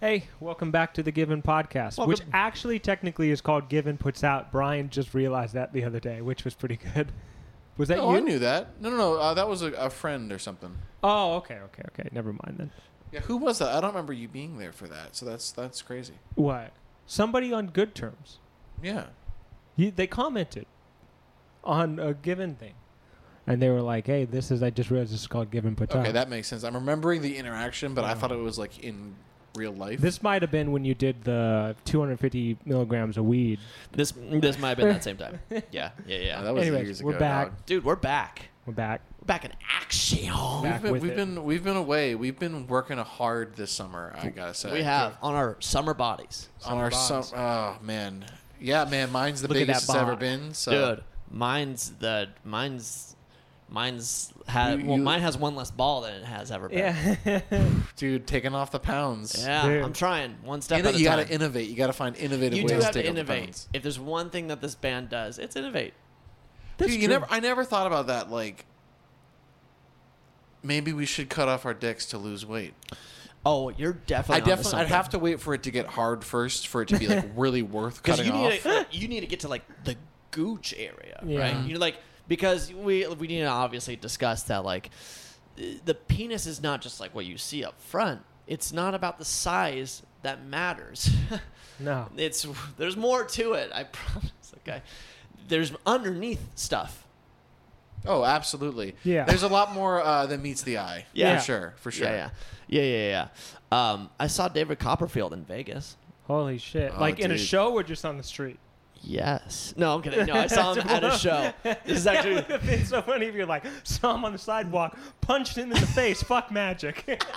Hey, welcome back to the Given podcast, which Welcome. actually technically is called Given Puts Out. Brian just realized that the other day, which was pretty good. Was that Oh, you? I knew that. No, no, no. Uh, that was a, a friend or something. Oh, okay, okay, okay. Never mind then. Yeah, who was that? I don't remember you being there for that. So that's that's crazy. What? Somebody on good terms. Yeah. You, they commented on a given thing, and they were like, "Hey, this is I just realized this is called Given Puts Okay, Out." that makes sense. I'm remembering the interaction, but I Wow. thought it was like in real life. this might have been when you did the 250 milligrams of weed. This this might have been that same time. Yeah, yeah, Yeah, yeah. that was Anyways, years ago. we're back. dog. Dude, we're back. We're back. We're back in action. Back We've, been, with we've it. been we've been away. We've been working hard this summer. I gotta say We have on our summer bodies. on our sum. bonds. Oh man, yeah, man. Mine's the Look at biggest it's that ever bod. been. So Dude, mine's the mine's mine's had You- well you- mine has one less ball than it has ever been. Yeah. dude, taking off the pounds. Yeah, Dude. I'm trying one step Inno- at a you time. gotta innovate. You gotta find innovative you ways do have to take to off the innovate. pounds. If there's one thing that this band does, it's innovate. That's Dude, you true. never. I never thought about that. Like, maybe we should cut off our dicks to lose weight. Oh, you're I definitely. definitely. I'd have to wait for it to get hard first for it to be like really worth because cutting you off. need to, you need to get to like the gooch area, Yeah. right? You're like because we we need to obviously discuss that like the penis is not just like what you see up front. It's not about the size that matters. No. it's there's more to it. I promise. Okay, there's underneath stuff. oh, absolutely. Yeah. There's a lot more uh, than meets the eye. Yeah. For sure. For sure. Yeah, yeah, yeah, yeah. yeah. Um, I saw David Copperfield in Vegas. Holy shit! Oh, like in a dude. show or just on the street? Yes. No, I'm kidding. No, I saw him at a show. This is That actually would have been so funny if you're like saw him on the sidewalk, punched him in the face. Fuck magic.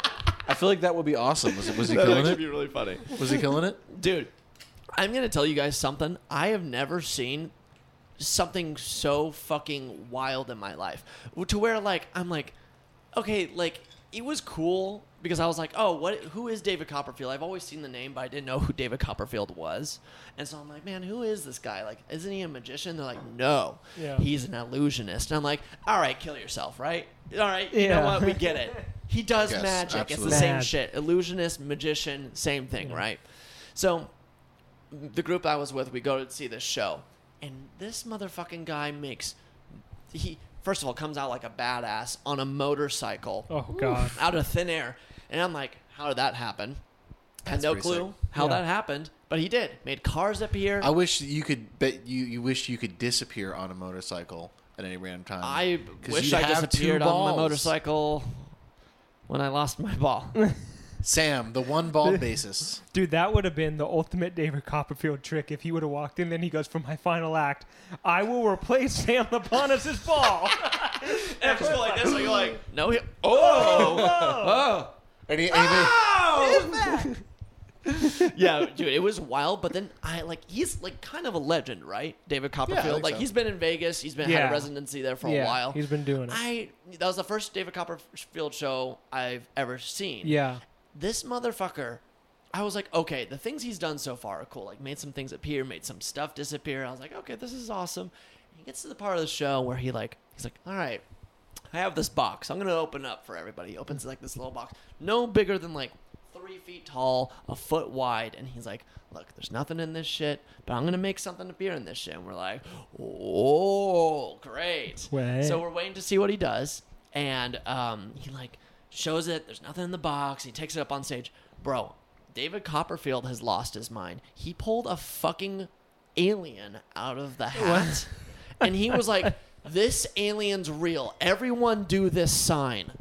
I feel like that would be awesome. Was, was he That'd killing actually it? be really funny. Was he killing it? Dude, I'm going to tell you guys something. I have never seen something so fucking wild in my life to where, like, I'm like, okay, like, it was cool because I was like, oh, what? Who is David Copperfield? I've always seen the name, but I didn't know who David Copperfield was. And so I'm like, man, who is this guy? Like, isn't he a magician? They're like, no, Yeah. he's an illusionist. And I'm like, all right, kill yourself, right? All right, you Yeah. know what? We get it. He does Yes, magic. It's absolutely. the same Mad. shit. Illusionist, magician, same thing, right? So the group I was with, we go to see this show, and this motherfucking guy makes he first of all comes out like a badass on a motorcycle Oh god. out of thin air, and I'm like, how did that happen? I had That's no pretty clue sick. how Yeah. that happened, but he did. Made cars appear. I wish that you could bet you you wish you could disappear on a motorcycle at any random time. I Um, 'Cause wish you I have two disappeared on my balls. motorcycle when I lost my ball. Sam, the one ball basis. Dude, that would have been the ultimate David Copperfield trick if he would have walked in. Then he goes, "For my final act, I will replace Sam Laponis's ball." and I go like this, I go like, no, he- oh, oh. Any, anybody- Ah! yeah, dude, it was wild. But then I like he's like kind of a legend, right? David Copperfield. think like so. he's been in Vegas. He's been had Yeah. a residency there for yeah, a while. he's been doing it. I that was the first David Copperfield show I've ever seen. yeah. This motherfucker. I was like, okay, the things he's done so far are cool. Like made some things appear, made some stuff disappear. I was like, okay, this is awesome. He gets to the part of the show where he like he's like, all right, I have this box. I'm gonna open up for everybody. He opens like this little box, no bigger than like three feet tall, a foot wide, and he's like, "Look, there's nothing in this shit, but I'm gonna make something appear in this shit." And we're like, "Oh, great!" Wait. So we're waiting to see what he does, and um, he like shows it. There's nothing in the box. He takes it up on stage, bro. David Copperfield has lost his mind. He pulled a fucking alien out of the hat. And he was like, This alien's real. Everyone do this sign.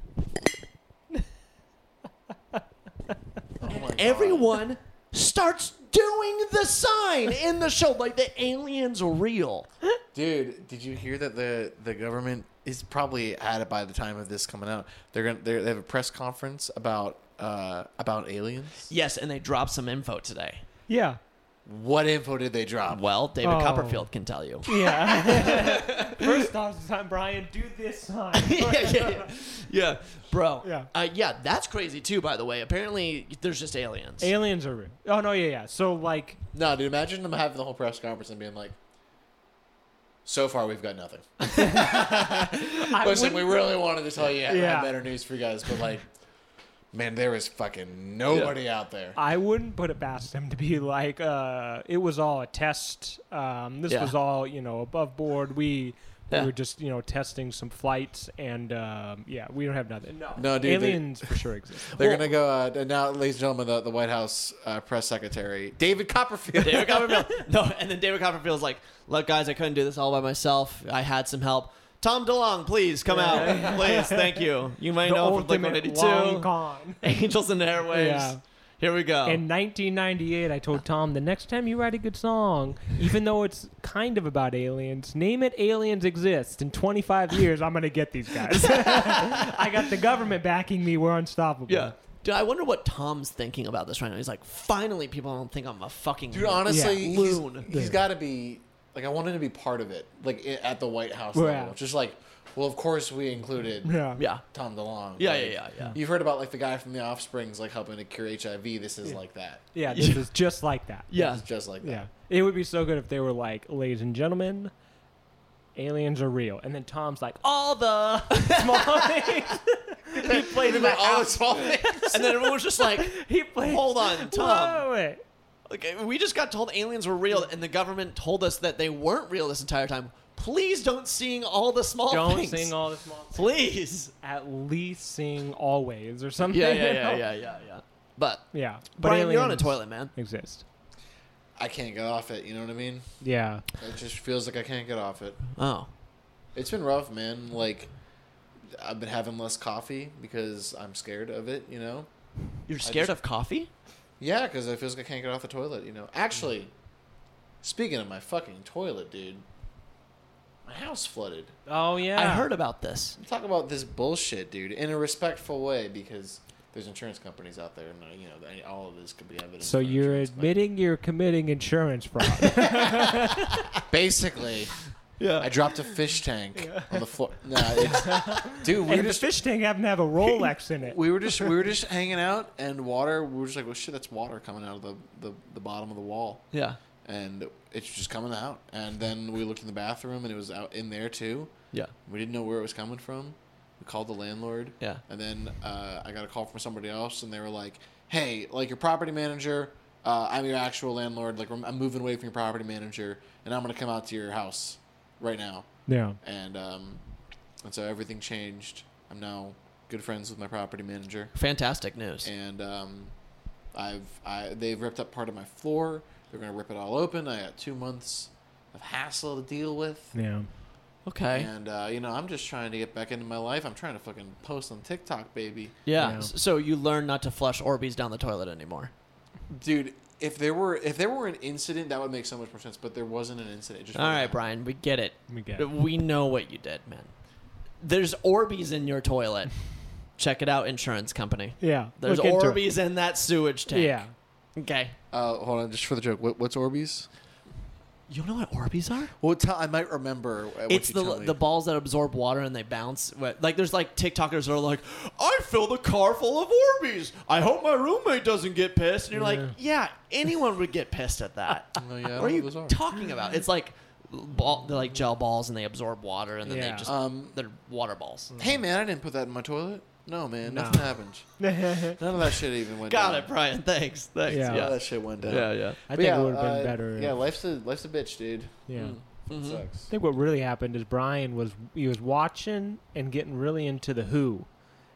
Oh Everyone starts doing the sign in the show. Like, the alien's real. Dude, did you hear that the the government is probably at it by the time of this coming out? They're gonna they're, they have a press conference about uh about aliens. Yes, and they dropped some info today. Yeah. What info did they drop? Well, David Oh. Copperfield can tell you. Yeah. First off, time Brian, do this sign. yeah, yeah, yeah. yeah, bro. Yeah. uh, yeah. That's crazy too. By the way, apparently there's just aliens. Aliens are real. Oh no, yeah, yeah. So like, No, dude, imagine them having the whole press conference and being like, "So far, we've got nothing." I Listen, we wouldn't- really wanted to tell you I had Yeah. better news for you guys, but like, man, there is fucking nobody out there. I wouldn't put it past him to be like, uh, it was all a test. Um, this Yeah. was all, you know, above board. We, Yeah. we were just, you know, testing some flights, and um, yeah, we don't have nothing. No, No, dude, they- aliens for sure exist. They're gonna go uh, and now, ladies and gentlemen, the, the White House uh, press secretary David Copperfield. David Copperfield. No, and then David Copperfield's like, look, guys, I couldn't do this all by myself. I had some help. Tom DeLong, please come out. Please, thank you. You may the know him from Blink ultimate 182. long con. Angels and Airwaves. Yeah. Here we go. In 1998, I told Tom the next time you write a good song, even though it's kind of about aliens, name it Aliens Exist. In 25 years, I'm going to get these guys. I got the government backing me. We're unstoppable. yeah. Dude, I wonder what Tom's thinking about this right now. He's like, finally, people don't think I'm a fucking Dude, honestly, Yeah, he's- loon. he's got to be like I wanted to be part of it, like i- at the White House Yeah. level. Just like, well, of course we included Yeah. Yeah. Tom DeLonge. Yeah, Like, yeah, yeah, yeah. You've heard about like the guy from The Offspring's like helping to cure HIV. This is like that. Yeah, this is just like that. Yeah. It's just like that. Yeah. It would be so good if they were like, ladies and gentlemen, aliens are real. And then Tom's like, all the small things. he played Think in the about all the house. small things. And then everyone's just like, He played. hold on, Tom. Whoa, wait. Okay, uh, we just got told aliens were real, and the government told us that they weren't real this entire time. Please don't sing all the small Don't things. sing all the small things. Please. At least sing always or something. Yeah, you yeah, yeah, know? yeah, yeah, yeah. But, Yeah. But Brian, you're on a aliens toilet, man. Exist. I can't get off it. You know what I mean? Yeah. It just feels like I can't get off it. Oh, It's been rough, man. Like I've been having less coffee because I'm scared of it. You know. you're scared just- of coffee? Yeah, because it feels like I can't get off the toilet, you know. Actually, Mm. speaking of my fucking toilet, dude, my house flooded. Oh, yeah. I heard about this. Talk about this bullshit, dude, in a respectful way because there's insurance companies out there, and uh, you know they- all of this could be evidence. So for you're insurance, but admitting you're committing insurance fraud. basically, Yeah. I dropped a fish tank on the floor. Nah, it's, dude, we were and the just fish tank happened to have a Rolex in it. we were just we were just hanging out, and water. We were just like, well, shit, that's water coming out of the the, the bottom of the wall. yeah. and it's just coming out. And then we looked in the bathroom, and it was out in there too. Yeah. We didn't know where it was coming from. We called the landlord. Yeah. And then uh, I got a call from somebody else, and they were like, "Hey, like your property manager, uh, I'm your actual landlord. Like I'm moving away from your property manager, and I'm gonna come out to your house right now." Yeah. And um, and so everything changed. I'm now good friends with my property manager Fantastic news. and um, I've I, they've ripped up part of my floor. They're gonna rip it all open. I got two months of hassle to deal with, Yeah. Okay. and uh, you know I'm just trying to get back into my life. I'm trying to fucking post on TikTok, baby, Yeah. Yeah. S- So you learn not to flush Orbeez down the toilet anymore. dude. If there were if there were an incident, that would make so much more sense. But there wasn't an incident. It just All right, Brian, we get it. We get it. We know what you did, man. There's Orbeez in your toilet. Check it out, insurance company. Yeah. There's Look into it. Orbeez in that sewage tank. Yeah. Okay. Uh, hold on, just for the joke. What, what's Orbeez? You don't know what Orbeez are? Well, tell, I might remember. uh, What it's you the tell me. the balls that absorb water and they bounce. What- Like there's like TikTokers that are like, I fill the car full of Orbeez. I hope my roommate doesn't get pissed. And you're like, yeah, anyone would get pissed at that. Well, yeah, I don't what are know you those are. talking about? It's like ball. They're like gel balls and they absorb water and then Yeah. they just Um, they're water balls. Hey man, I didn't put that in my toilet. No man, No. nothing happened. None of that shit even went. Got down. it, Brian. Thanks. Thanks. Yeah. None Yeah. of Yeah. that shit went down. Yeah. I But think yeah, it would have been uh, better. Yeah, if- life's a life's a bitch, dude. yeah. Mm. Mhm. I Sucks. think what really happened is Brian was he was watching and getting really into the Who,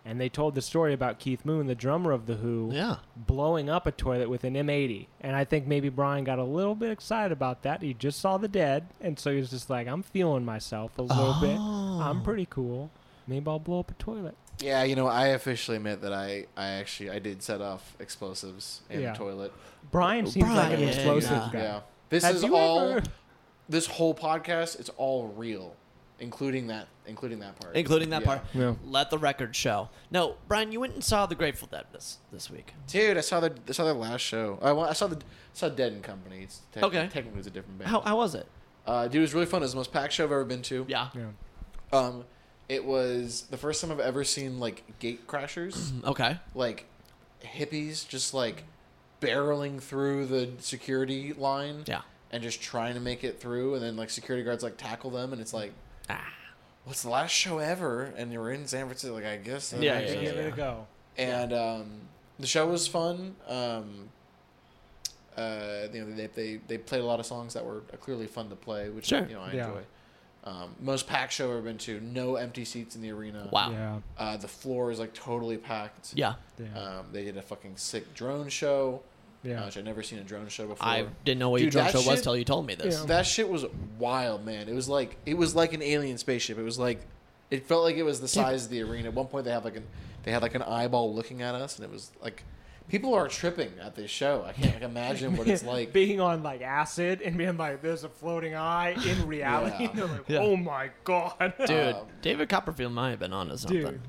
and they told the story about Keith Moon, the drummer of the Who, Yeah. blowing up a toilet with an M80. And I think maybe Brian got a little bit excited about that. He just saw the dead, and so he was just like, "I'm feeling myself a little bit. I'm pretty cool. Maybe I'll blow up a toilet." Yeah, you know, I officially admit that I, I actually I did set off explosives in Yeah. the toilet. Uh, Brian seems like an Brian, explosive yeah. guy. Yeah. This Have is you all ever- this whole podcast, it's all real. Including that including that part. Including that Yeah. part. Yeah. Let the record show. No, Brian, you went and saw the Grateful Dead this this week. Dude, I saw the I saw their last show. I, wa- I saw the saw Dead and Company. It's te- Okay. technically it's a different band. How how was it? Uh, dude, it was really fun. It was the most packed show I've ever been to. Yeah. Yeah. Um, it was the first time I've ever seen like gate crashers. Okay. like hippies just like barreling through the security line Yeah. and just trying to make it through and then like security guards like tackle them and it's like Ah. what's the last show ever and they were in san francisco like i guess uh, Yeah, I yeah, think- Give yeah. it a go. and um, the show was fun. Um, uh, you know, they, they they played a lot of songs that were uh, clearly fun to play, which Sure. you know I Yeah. enjoy. Um, most packed show I've ever been to. No empty seats in the arena. Wow. Yeah. Uh, the floor is like totally packed. Yeah. Yeah. Um, they did a fucking sick drone show, yeah. uh, which I've never seen a drone show before. I didn't know what Dude, your that drum show was shit- till you told me this. Yeah. That shit was wild, man. It was like it was like an alien spaceship. It was like it felt like it was the size of the arena. At one point, they have like an they had like an eyeball looking at us, and it was like people are tripping at this show. I can't like, imagine what it's like. being on like acid and being like, "There's a floating eye in reality." Yeah. They're like, Yeah. "Oh my god, Dude, Um, David Copperfield might have been onto something. dude!"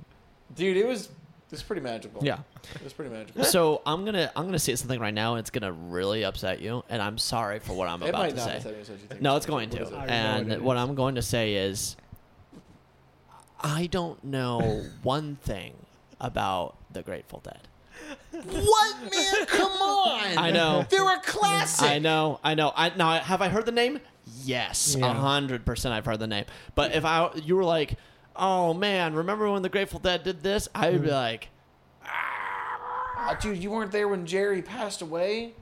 Dude, it was it's pretty magical. Yeah. it was pretty magical. So I'm gonna I'm gonna say something right now, and it's gonna really upset you, and I'm sorry for what I'm it about might to not say. be something as you think. No, it's going What to. is it? I And know it what is. I'm going to say is, I don't know one thing about the Grateful Dead. What man? Come on! I know. they're a classic. I know, I know. I now have I heard the name? Yes, Yeah. a hundred percent. I've heard the name. But if I you were like, oh man, remember when the Grateful Dead did this? I would be like, Ah, dude, you weren't there when Jerry passed away.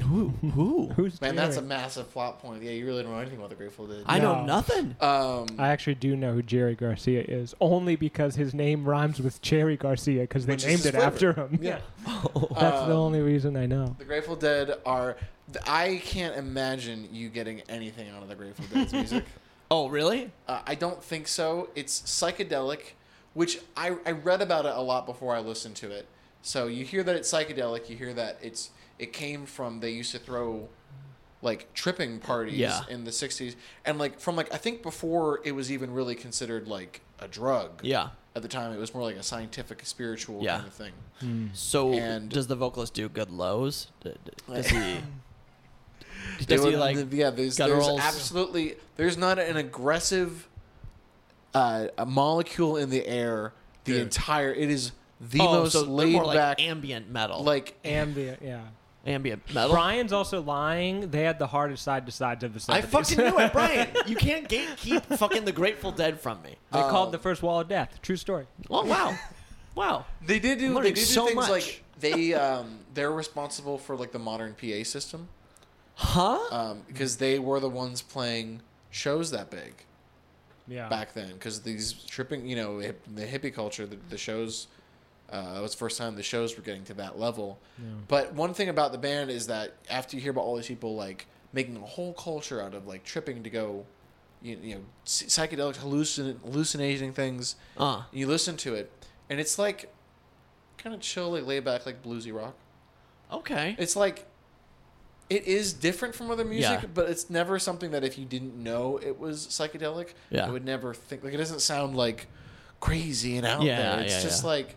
who, who? Who's Man, that's a Jerry? massive plot point. Yeah, you really don't know anything about the Grateful Dead. I know No. nothing. um, I actually do know who Jerry Garcia is, only because his name rhymes with Cherry Garcia, because they Which is named his it flavor. after him. Yeah. that's the Um, only reason I know. The Grateful Dead are. th- I can't imagine you getting anything out of the Grateful Dead's music. Oh, really? Uh, I don't think so. It's psychedelic, which I, I read about it a lot before I listened to it. So you hear that it's psychedelic. You hear that it's it came from they used to throw like tripping parties Yeah. in the '60s, and like from like I think before it was even really considered like a drug. Yeah. At the time, it was more like a scientific, spiritual Yeah. kind of thing. So And- does the vocalist do good lows? D- d- Does he? They does he were- like? th- yeah there's, there's gutturals? absolutely there's not an aggressive uh, a molecule in the air the Dude. entire it is the oh, most so they're laid more like back ambient metal. like And the yeah. ambient metal. Brian's also lying. They had the hardest side to sides of the 70s. I fucking knew it, Brian. You can't gatekeep fucking the Grateful Dead from me. uh, They Um, called the first wall of death. True story. Oh wow, wow. they did do they learning did do so things much. like they um, they're responsible for like the modern PA system Huh? um, Mm. because they were the ones playing shows that big Yeah. back then because these tripping you know hip, the hippie culture the, the shows uh, it was the first time the shows were getting to that level but one thing about the band is that after you hear about all these people like making a whole culture out of like tripping to go you, you know s- psychedelics hallucin- hallucinating things Uh. you listen to it and it's like kind of chill like laid back like bluesy rock Okay. it's like it is different from other music, Yeah. but it's never something that if you didn't know it was psychedelic, Yeah. I would never think like it doesn't sound like crazy and out Yeah, there. It's yeah, just yeah. like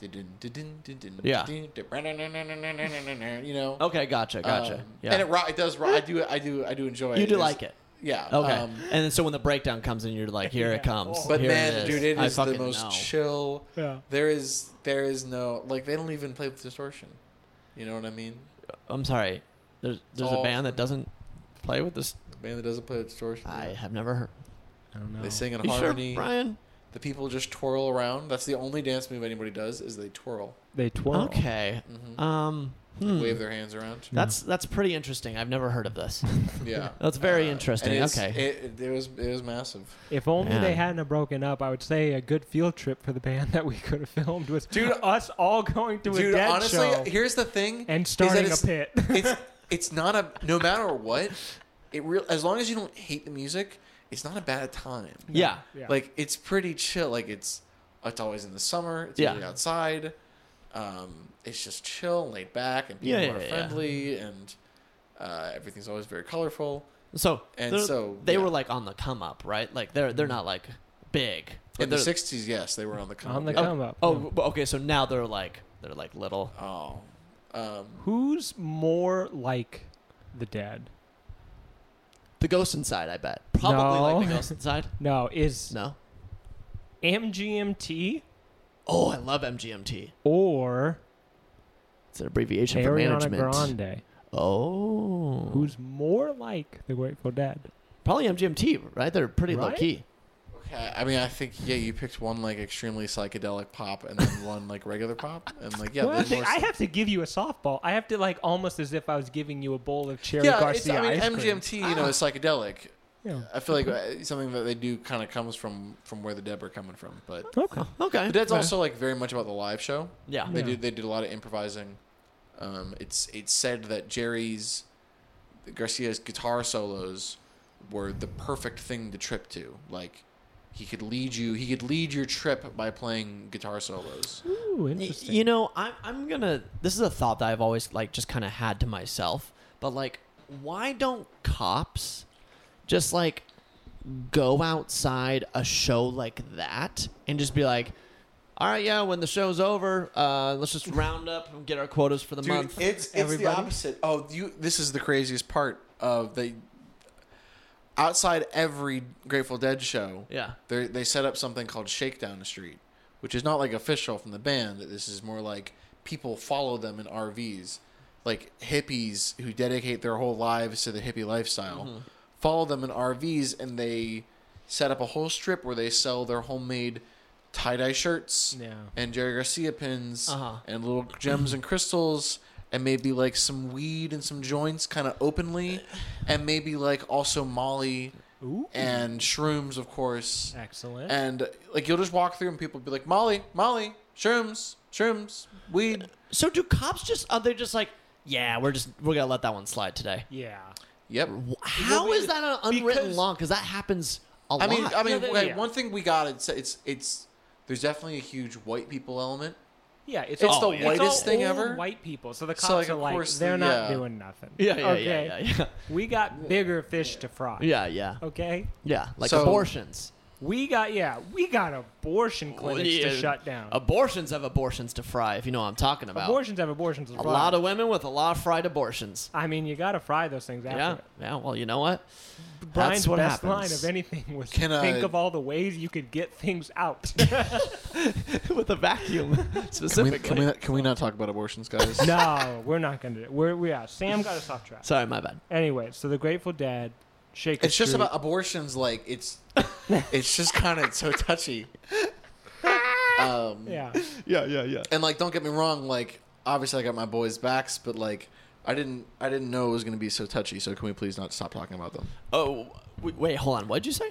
dun-dun, dun-dun, dun-dun, Yeah. dun-dun, dun-dun, you know. Okay. Gotcha. Gotcha. Um, yeah. And it ro- it does ro- I do I do I do enjoy it. you do It's- like it. Yeah. Okay. um, and then so when the breakdown comes in, you're like, here it Yeah. comes. Oh. but Here man, dude, it I is the fucking most know. chill. Yeah. There is there is no like they don't even play with distortion. You know what I mean? I'm sorry. There's there's a all- band that doesn't play with this. The band that doesn't play with distortion. I have never heard. I don't know. They sing in You sure, harmony. Brian? The people just twirl around. That's the only dance move anybody does is they twirl, Mm-hmm. They twirl. Okay. mm. Um. hmm. wave their hands around. That's that's pretty interesting. I've never heard of this. Yeah, That's very Uh, interesting. and it's- Okay. it, it was it was massive. If only they Man. hadn't have broken up, I would say a good field trip for the band that we could have filmed was Dude, us all going to a Dude, dead honestly, show here's the thing: and is that starting a it's- pit. It's it's not a no matter what. It real as long as you don't hate the music, it's not a bad time. yeah. Yeah. Like it's pretty chill. Like it's it's always in the summer. It's Yeah. usually outside. Um, it's just chill, and laid back, and people Yeah, are yeah, yeah. friendly, and uh, everything's always very colorful. So And they're- so, they yeah. Mm. were like on the come up, right? Like they're they're not like big. but In the they're- sixties, yes, they were on the come. On the yeah. come up. Oh, w- okay. So now they're like they're like little. Oh, um, Who's more like the dead? The Ghost Inside, I bet. Probably like the No. Ghost Inside. No, is No. MGMT Oh, I love MGMT. or It's an abbreviation for Ariana management. Grande? Oh, Who's more like the Grateful Dead? probably MGMT? Right? They're pretty Right? low key. Okay, I mean, I think yeah, you picked one like extremely psychedelic pop and then one like regular pop, and like yeah, Well, the actually, more- I have to give you a softball. I have to like almost as if I was giving you a bowl of cherry yeah. It's, Garcia I mean, ice cream. Ah. MGMT, you know, is psychedelic. Yeah. I feel like uh, something that they do kind of comes from from where the Deb are coming from, but Okay. Okay. but that's also like very much about the live show. yeah. They Yeah. do they did a lot of improvising. Um, it's it's said that Jerry's Garcia's guitar solos were the perfect thing to trip to. Like he could lead you he could lead your trip by playing guitar solos. Ooh, Y- interesting. You know, I'm I'm gonna. This is a thought that I've always like just kind of had to myself. But like, why don't cops just like go outside a show like that and just be like, all right, yeah, when the show's over, uh, let's just round up and get our quotas for the month. it's everybody. opposite. Oh, you this is the craziest part of they outside every Grateful Dead show. yeah. they they set up something called Shakedown Street, which is not like official from the band. This is more like people follow them in RVs, like hippies who dedicate their whole lives to the hippie lifestyle, follow them in RVs, and they set up a whole strip where they sell their homemade tie dye shirts Yeah. and Jerry Garcia pins Uh-huh. and little gems and crystals. And maybe like some weed and some joints, kind of openly, and maybe like also Molly Ooh. and shrooms, of course. Excellent. And like you'll just walk through and people be like, Molly, Molly, shrooms, shrooms, weed. So do cops just are they just like, yeah, we're just we're gonna let that one slide today? yeah. Yep. Wh- How is that an unwritten because- law? Because that happens a I lot. mean, I mean, Yeah, okay, yeah. one thing we got it's it's it's there's definitely a huge white people element. Yeah, it's, It's all, the all whitest thing old ever. White people, so the cops So, like, are of like, course, they're the- not yeah. doing nothing. yeah, yeah, okay. yeah, yeah, yeah. We got bigger fish to fry. Yeah, yeah. Okay. Yeah, like So- abortions. We got yeah, we got abortion clinics Yeah. to shut down. Abortions have abortions to fry, if you know what I'm talking about. abortions have abortions. A lot of women with a lot of fried abortions. I mean, you gotta fry those things after. Yeah, it. yeah. Well, you know what? Brian's what best line happens. of anything was Can I- think of all the ways you could get things out. with a vacuum, specifically. not, can we not talk about abortions, guys? no, we're not gonna do it. We're we are. Sam got us off track. Sorry, my bad. Anyway, so the Grateful Dead, Shaker It's just Street. about abortions. Like it's it's just kind of so touchy. Um, yeah. Yeah, yeah, yeah. and like don't get me wrong like obviously i got my boys backs but like i didn't i didn't know it was going to be so touchy so can we please not stop talking about them Oh, wait, wait, hold on. What'd you say?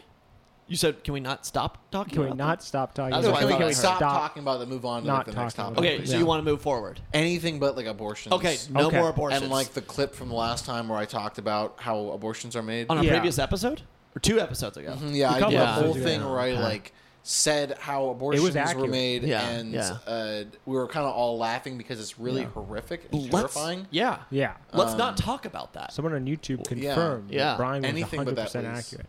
You said, can we not stop talking? Can we about not stop talking? That's So about what I can it? we thought I Can heard. stop talking about them move on to like, Not the next talking topic that? about it. Okay, so Yeah. you want to move forward? anything but like abortions Okay, no Okay. more abortions. and like the clip from the last time where i talked about how abortions are made Mm-hmm, on our Yeah. Mm-hmm. previous episode or two episodes ago. yeah i couple did a whole episodes ago. thing where i Okay. like said how abortions were accurate. made Yeah, and yeah. Uh, we were kind of all laughing because it's really Yeah. horrific and Let's- terrifying Yeah. Yeah. Let's Um, not talk about that. Someone on YouTube Yeah. confirmed Yeah. that Brian was Anything but 100% that was- accurate.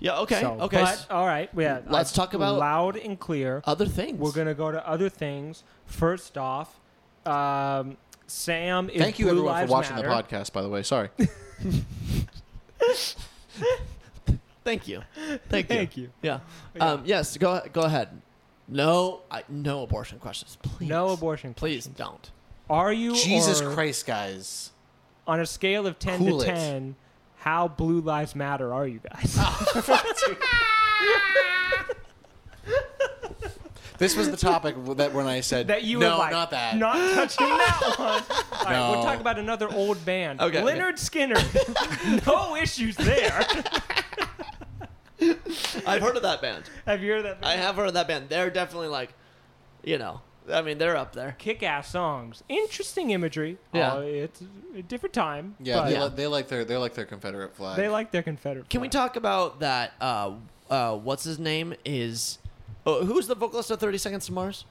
Yeah. Okay. So- okay. But, all right. Yeah. Let's uh, talk about- loud and clear. Uh, other things. We're gonna go to other things. First off, um, Sam is thank you Blue everyone Lives for watching Matter. the podcast by the way sorry Thank you. Thank you. Thank you. Yeah. Um, yes. Go go ahead. No. I, no abortion questions, please. No abortion. Please questions. don't. Are you jesus or- christ guys On a scale of ten Cool to it. ten, how Blue Lives Matter are you guys? This was the topic that when I said that you no, were like, not that. not touching that one. All right, No. we'll talk about another old band. Okay. Leonard Skinner. no issues there. I've heard of that band. Have you heard that? I have heard of that band. They're definitely like, you know, I mean, they're up there. Kick-ass songs, interesting imagery. Yeah. Uh, it's a different time. yeah, but they, Yeah. Li- they like their they like their Confederate flag. they like their Confederate. Can we flag. talk about that? Uh, uh, what's his name is? Oh, who's the vocalist of Thirty Seconds to Mars?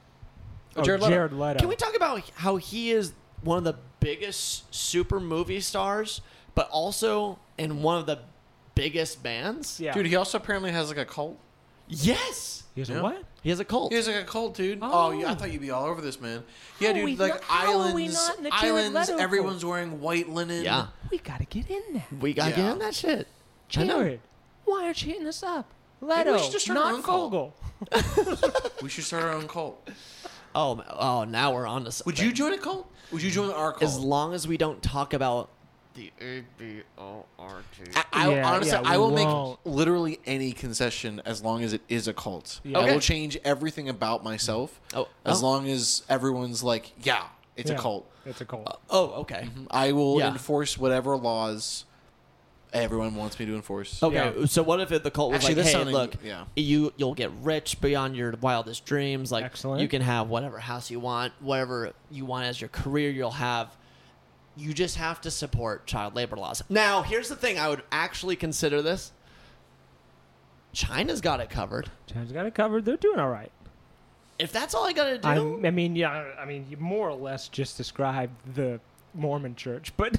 Oh, Jared Leto. Jared Leto. Can we talk about how he is one of the biggest super movie stars, but also in one of the biggest bands? Yeah. dude. He also apparently has like a cult. Yes. Here's Yeah. what? He has a cult. He has like a cult, dude. Oh. Oh, yeah, I thought you'd be all over this, man. Yeah, How are we dude. Like not- how are we islands, not in the Jared islands. Leto cult? Everyone's wearing white linen. yeah. We gotta get in there. We gotta Yeah. get on that shit. I know. Jared, why aren't you hitting us up? Maybe Leto, we should just start our not own cult. Fogel. we should start our own cult. Oh, ma- oh, now we're on to something. Would you join a cult? Would you join our cult? As long as we don't talk about the A B O R T. I, I Yeah, honestly, yeah, we I will won't. make literally any concession as long as it is a cult. Yeah. I Okay. will change everything about myself Oh, as oh. long as everyone's like, yeah, it's Yeah, a cult. Uh, It's a cult. Oh, okay. I will Yeah. enforce whatever laws everyone wants me to enforce. Okay, Yeah. so what if it, the cult was Actually, like, this "Hey, sounding- look, yeah. you you'll get rich beyond your wildest dreams. Like, Excellent. you can have whatever house you want, whatever you want as your career. You'll have. You just have to support child labor laws. Now, here's the thing: I would actually consider this. China's got it covered. China's got it covered. They're doing all right. If that's all I gotta do, I, I mean, yeah, I mean, you more or less just described the Mormon church, but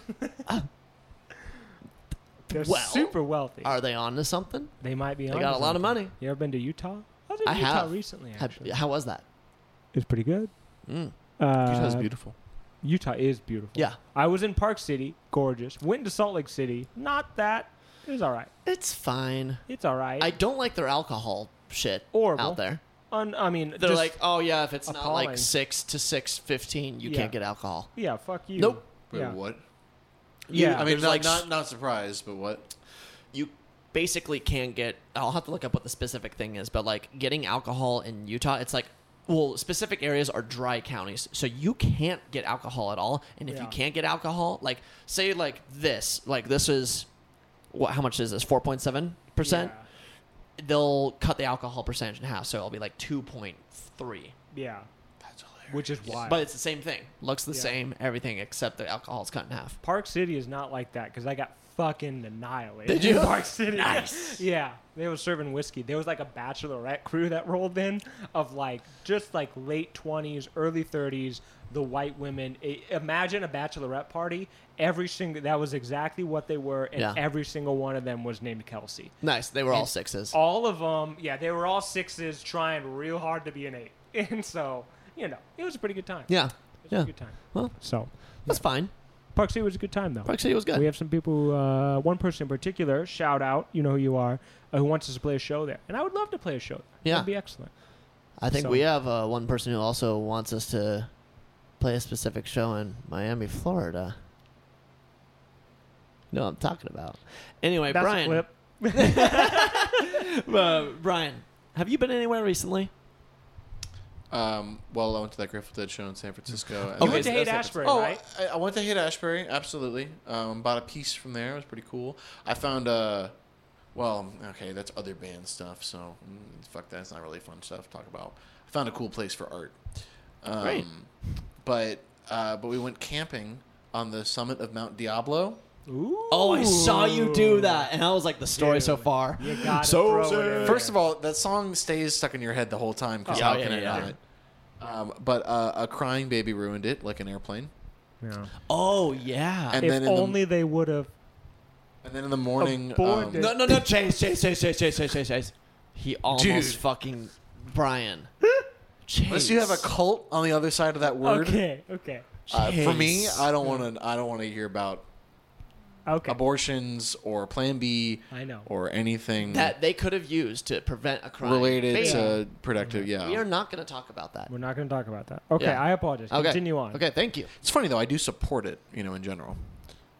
they're Uh, Well, super wealthy. are they on to something? they might be. They got a lot of money. You ever been to Utah? I was in I Utah have. recently. Have- Actually, how was that? it's pretty good. Mm. Uh, Utah's beautiful. Utah is beautiful. Yeah. I was in Park City, gorgeous. Went to Salt Lake City, not that. It was all right. It's fine. It's all right. I don't like their alcohol shit Horrible. out there. Un- I mean, They're just- like, oh yeah, if it's not appalling. like six to six fifteen, you Yeah. can't get alcohol. yeah, fuck you. Nope. Wait, yeah. what? Yeah. I mean, There's not, like s- not not surprised, but what? You basically can't get. I'll have to look up what the specific thing is, but like getting alcohol in Utah, it's like, well, specific areas are dry counties, so you can't get alcohol at all. And if Yeah. you can't get alcohol, like say like this, like this is, what? How much is this? Four point seven percent. They'll cut the alcohol percentage in half, so it'll be like two point three. Yeah. That's hilarious. Which is wild. But it's the same thing. Looks the Yeah. same, everything except the alcohol's cut in half. Park City is not like that because I got fucking annihilated. Did you? in Park City. Nice. yeah, they were serving whiskey. There was like a bachelorette crew that rolled in of like just like late twenties, early thirties. The white women. I- imagine a bachelorette party. Every single that was exactly what they were, and Yeah. every single one of them was named Kelsey. Nice. They were all sixes. All of them, yeah, they were all sixes, trying real hard to be an eight, and so you know it was a pretty good time. Yeah. it was Yeah. a good time. Well, So that's fine. Park City was a good time though. Park City was good. We have some people, who, uh, one person in particular, shout out, you know who you are, uh, who wants us to play a show there. And I would love to play a show there. Yeah. That'd be excellent. I think so- we have uh, one person who also wants us to play a specific show in Miami, Florida. You know what I'm talking about. Anyway, That's Brian. a clip. Uh, Brian, have you been anywhere recently? Um, well, I went to that Grateful Dead show in San Francisco. and You Okay, went so to Haight that's Ashbury, Oh, right? I, I went to Haight Ashbury, absolutely. Um, bought a piece from there. It was pretty cool. I found uh, well, okay, that's other band stuff. So mm, fuck that. It's not really fun stuff to talk about. I found a cool place for art. Um, Great. But uh, but we went camping on the summit of Mount Diablo. Ooh. Oh, I saw you do that, and I was like, the story so Dude, far. You got So so sad. it. First of all, that song stays stuck in your head the whole time because Oh, how yeah, can I yeah, yeah. not? Um, but uh, a crying baby ruined it like an airplane. yeah. Oh yeah. And if then in the- only they would have. And then in the morning, Aborted. um, No, no, no, Chase, Chase, Chase, Chase, Chase, Chase, Chase, Chase. He almost Dude. fucking Brian. Chase. unless you have a cult on the other side of that word. Okay, okay. Uh, for me, Jeez. I don't want to. I don't want to hear about Okay. abortions or Plan B I know. or anything that they could have used to prevent a crime related Baby, to productive. Yeah, We are not going to talk about that. We're not going to talk about that. Okay, Yeah. I apologize. Okay. Continue on. Okay, thank you. it's funny though. I do support it, you know, in general.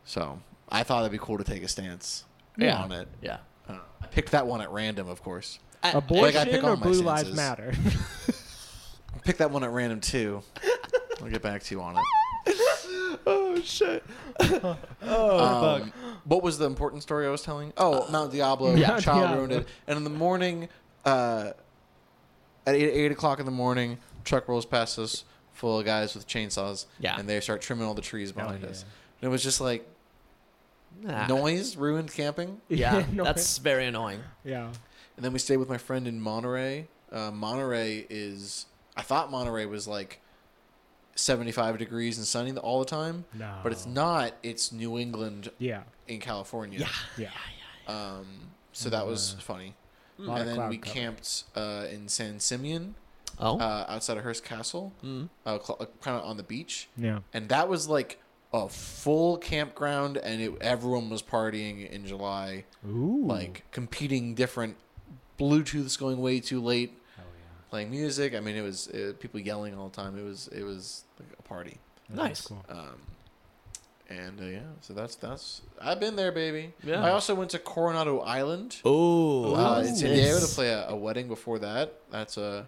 So I thought it'd be cool to take a stance Yeah. on it. Yeah. Uh, I picked that one at random, of course. I- Abortion Like, I pick all or my Blue Lives stances. Matter? I picked that one at random too. I'll get back to you on it. oh shit. Oh, Um, what was the important story I was telling? Oh, Mount Diablo, Yeah. child Diablo. ruined it. And in the morning, uh, at eight, eight o'clock in the morning, truck rolls past us full of guys with chainsaws. Yeah. And they start trimming all the trees behind yeah. Ah. us. And it was just like Nah. noise ruined camping. Yeah, no, that's very annoying. Yeah. And then we stayed with my friend in Monterey. Uh, Monterey is, I thought Monterey was like 75 degrees and sunny all the time, No. but it's not. It's New England Yeah. in California. Yeah. Yeah. Mm. Um, so that was funny. Lot of And then cloud we cover. camped uh, in San Simeon, Oh. uh, outside of Hearst Castle, Mm. uh, cl- uh, kind of on the beach, Yeah. and that was like a full campground, and it, everyone was partying in July, Ooh. like competing different. Bluetooth's going way too late, Oh, yeah. playing music. I mean, it was uh people yelling all the time. It was it was like a party. That was Nice. cool. Um, And uh, yeah, so that's that's I've been there, baby. Yeah. I also went to Coronado Island Oh, uh, in San Diego to nice. play a, a wedding. Before that, that's a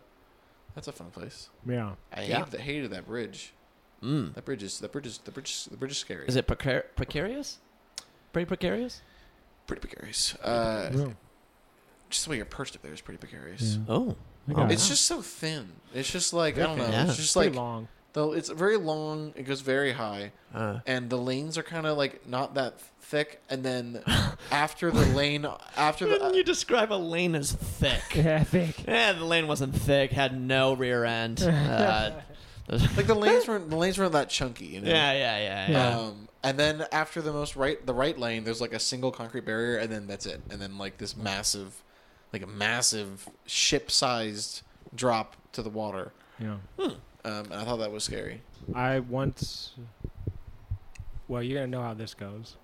that's a fun place. Yeah. I Yeah. hate the hated that bridge. Mm. That bridge is that bridge is the bridge the bridge is scary. Is it precar- precarious? Pretty precarious? pretty precarious? Uh, Yeah. Just the way you're perched up there is pretty precarious. Yeah. Oh, I got It's it. just so thin. It's just like I don't know. Yeah. It's just Pretty like long. though it's very long. It goes very high, uh, and the lanes are kind of like not that thick. And then after the lane, after Wouldn't you the describe a lane as thick? Yeah, I think. yeah, Eh, the lane wasn't thick, had no rear end. Uh, like the lanes weren't the lanes weren't that chunky. You know? yeah, yeah, yeah, yeah. Yeah. Um, and then after the most right, the right lane, there's like a single concrete barrier, and then that's it. And then like this massive, like a massive ship-sized drop to the water. Yeah. Um, and I thought that was scary. I once. Well, you're gonna know how this goes.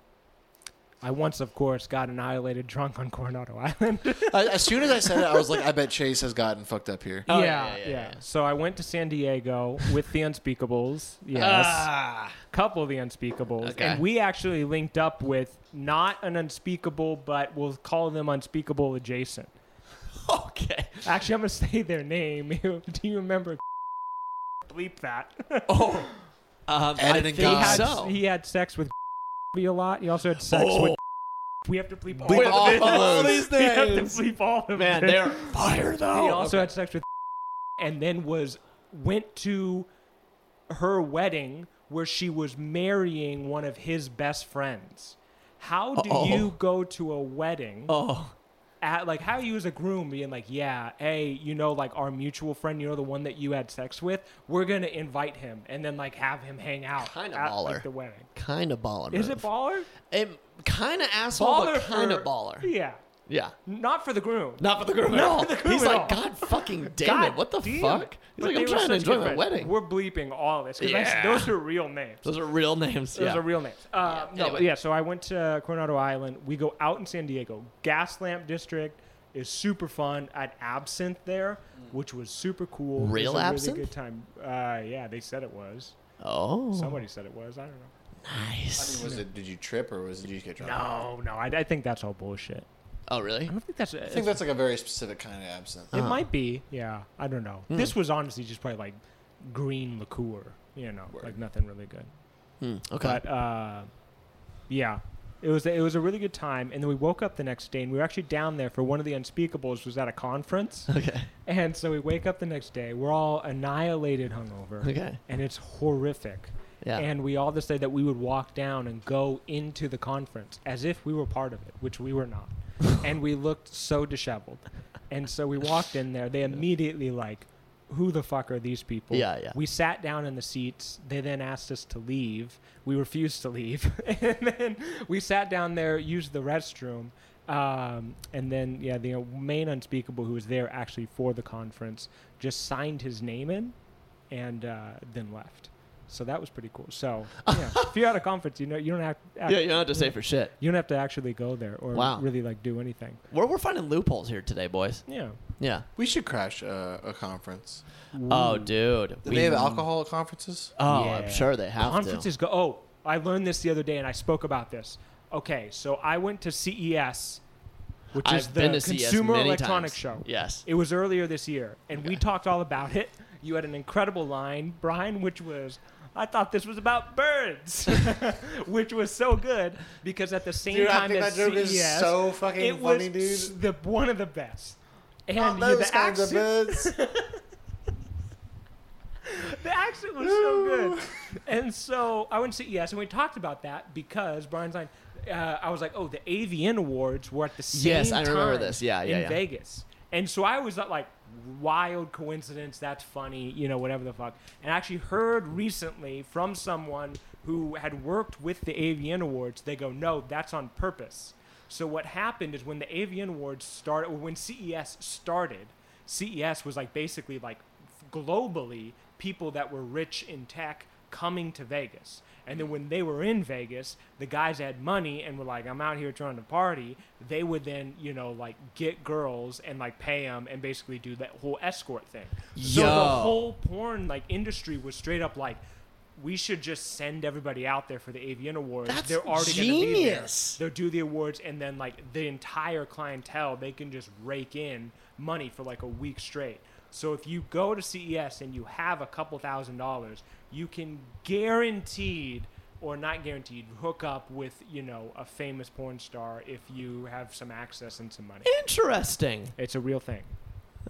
I once, of course, got annihilated drunk on Coronado Island. I, as soon as I said it, I was like, I bet Chase has gotten fucked up here. Oh, yeah, yeah, yeah, yeah. So I went to San Diego with the Unspeakables. Yes. Ah. couple of the unspeakables Okay. and we actually linked up with not an unspeakable but we'll call them unspeakable adjacent Okay. actually i'm gonna say their name do you remember bleep that Oh. Um, I Editing think he, God. had, so. he had sex with a lot he also had sex with we have to bleep all, Bleep of Oh. all it. of these we have to names. bleep all of Man, it. they're Oh, fire though. he also had sex with and then was went to her wedding where she was marrying one of his best friends how do Uh-oh. you go to a wedding Oh. at like how you as a groom being like yeah hey you know like our mutual friend you know the one that you had sex with we're gonna invite him and then like have him hang out Kinda at baller. like, the wedding Kind of baller. is it move. baller It kind of asshole, baller but kind of for- baller. yeah Yeah. not for the groom Not for the groom at all. for the groom He's at like, all. God fucking damn God it. What the damn. fuck? He's But like, they I'm were trying to such enjoy good my friends. wedding. We're bleeping all this because Yeah. those are real names. Those are real names. Those yeah. are real names. Uh, Yeah, No, anyway. but yeah. So I went to Coronado Island. We go out in San Diego. Gaslamp District is super fun. I had absinthe there, which was super cool. It was Mm. Real a absinthe? Really good time. Uh, yeah, they said it was. oh. Somebody said it was. I don't know. I Nice. mean, was it? Did you trip or was it? Did you get drunk? No, no. I, I think that's all bullshit. Oh, really? I don't think that's. I think that's like a very specific kind of absinthe. Uh. it might be. Yeah, I don't know. Hmm. This was honestly just probably like green liqueur. You know, Word. like nothing really good. Hmm, okay. But uh, yeah, it was it was a really good time. And then we woke up the next day, and we were actually down there for one of the Unspeakables was at a conference. okay. and so we wake up the next day, we're all annihilated, hungover, Okay. and it's horrific. Yeah. And we all decided that we would walk down and go into the conference as if we were part of it, which we were not. and we looked so disheveled. And so we walked in there. They immediately like, who the fuck are these people? Yeah, yeah. We sat down in the seats. They then asked us to leave. We refused to leave. and then we sat down there, used the restroom. Um, and then, yeah, the main unspeakable who was there actually for the conference just signed his name in and uh, then left. So that was pretty cool. So yeah, if you're at a conference, you know you don't have act, Yeah, you don't have to say for shit. you don't have to actually go there or Wow. really like do anything. We're, we're finding loopholes here today, boys. Yeah. Yeah. We should crash a, a conference. Oh, dude. Do We- they have alcohol at conferences? Oh, Yeah. I'm sure they have to. Conferences go. Oh, I learned this the other day, and I spoke about this. Okay, so I went to CES, which I've is the been to E CES Consumer many Electronics times. Show. Yes. It was earlier this year, and we talked all about it. You had an incredible line, Brian, which was, "I thought this was about birds," which was so good because at the same Dude, I time think as that joke CES, is so fucking it funny, dude. was The one of the best. And Not you- those the kinds of accent- birds. the accent was so good. And so I went to CES and we talked about that because Brian's like, uh, I was like, oh, the AVN Awards were at the same Yes, I remember time this. Yeah, yeah, in yeah. Vegas. And so I was not like, wild coincidence, that's funny, you know, whatever the fuck. And I actually heard recently from someone who had worked with the AVN Awards, they go, no, that's on purpose. So what happened is when the AVN Awards started, or when CES started, CES was like basically like globally people that were rich in tech coming to Vegas. And then when they were in Vegas, the guys had money and were like, I'm out here trying to party. They would then, you know, like get girls and like pay them and basically do that whole escort thing. So Yo. the whole porn like industry was straight up like, we should just send everybody out there for the AVN Awards. That's They're already gonna be there. genius. They'll do the awards, and then like the entire clientele, they can just rake in money for like a week straight. So if you go to CES and you have a couple thousand dollars, you can guaranteed or not guaranteed hook up with you know a famous porn star if you have some access and some money. Interesting. It's a real thing.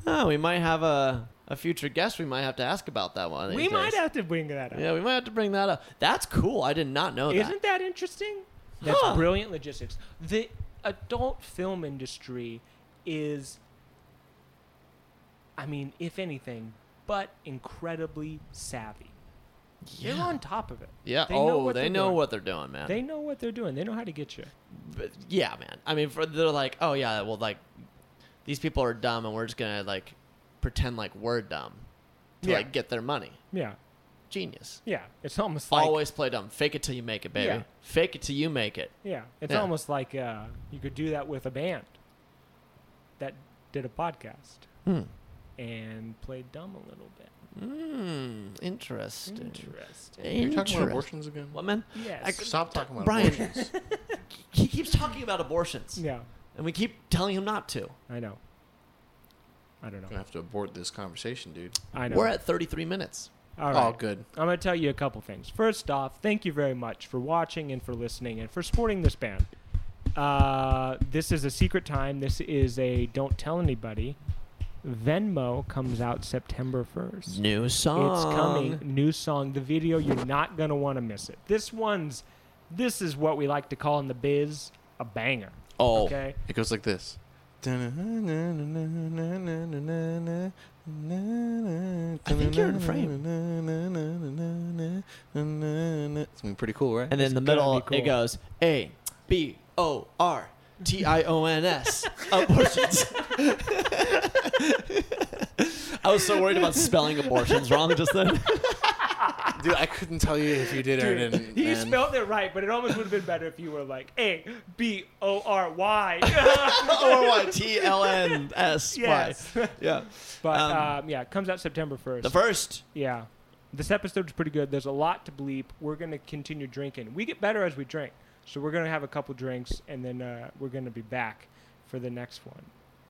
Oh, we might have a, a future guest. We might have to ask about that one. of We these might days. have to bring that up. Yeah, we might have to bring that up. That's cool. I did not know that. Isn't that interesting? That's Huh. brilliant logistics. The adult film industry is, I mean, if anything, but incredibly savvy. They're Yeah. on top of it. Yeah. They know oh, what they they're know doing. what they're doing, man. They know what they're doing. They know how to get you. But, yeah, man. I mean, for, they're like, oh yeah, well, like these people are dumb, and we're just gonna like pretend like we're dumb to Yeah. like get their money. Yeah, Genius. yeah. It's almost like Always play dumb. Fake it till you make it, baby. Yeah. Fake it till you make it. yeah. It's Yeah. almost like uh, you could do that with a band that did a podcast Hmm. and played dumb a little bit. Mm, interesting. Interesting. You're talking about Interest- abortions again? What man? Yes. I could- Stop talking about Brian. abortions. He keeps talking about abortions, yeah, and we keep telling him not to. I know. I don't know. I'm gonna have to abort this conversation, dude. I know. We're at 33 minutes. All Oh, right. good. I'm going to tell you a couple things. First off, thank you very much for watching and for listening and for supporting this band. Uh, this is a secret time. This is a don't tell anybody. Venmo comes out September 1st. New song. It's coming. New song, the video. You're not going to want to miss it. This one's, this is what we like to call in the biz a banger. Oh, Okay? It goes like this. I think you're in frame. It's gonna be pretty cool, right? And then in the gotta middle, be cool. it goes A B O R T I O N S. Abortions. I was so worried about spelling abortions wrong just then. Dude, I couldn't tell you if you did or Dude, didn't. he man. spelled it right, but it almost would have been better if you were like A B O R Y. O R Y T L N S Y. Yes. Yeah. But Um, um, yeah, it comes out September 1st. The first. yeah. This episode's pretty good. There's a lot to bleep. We're going to continue drinking. We get better as we drink. So we're going to have a couple drinks and then uh, we're going to be back for the next one.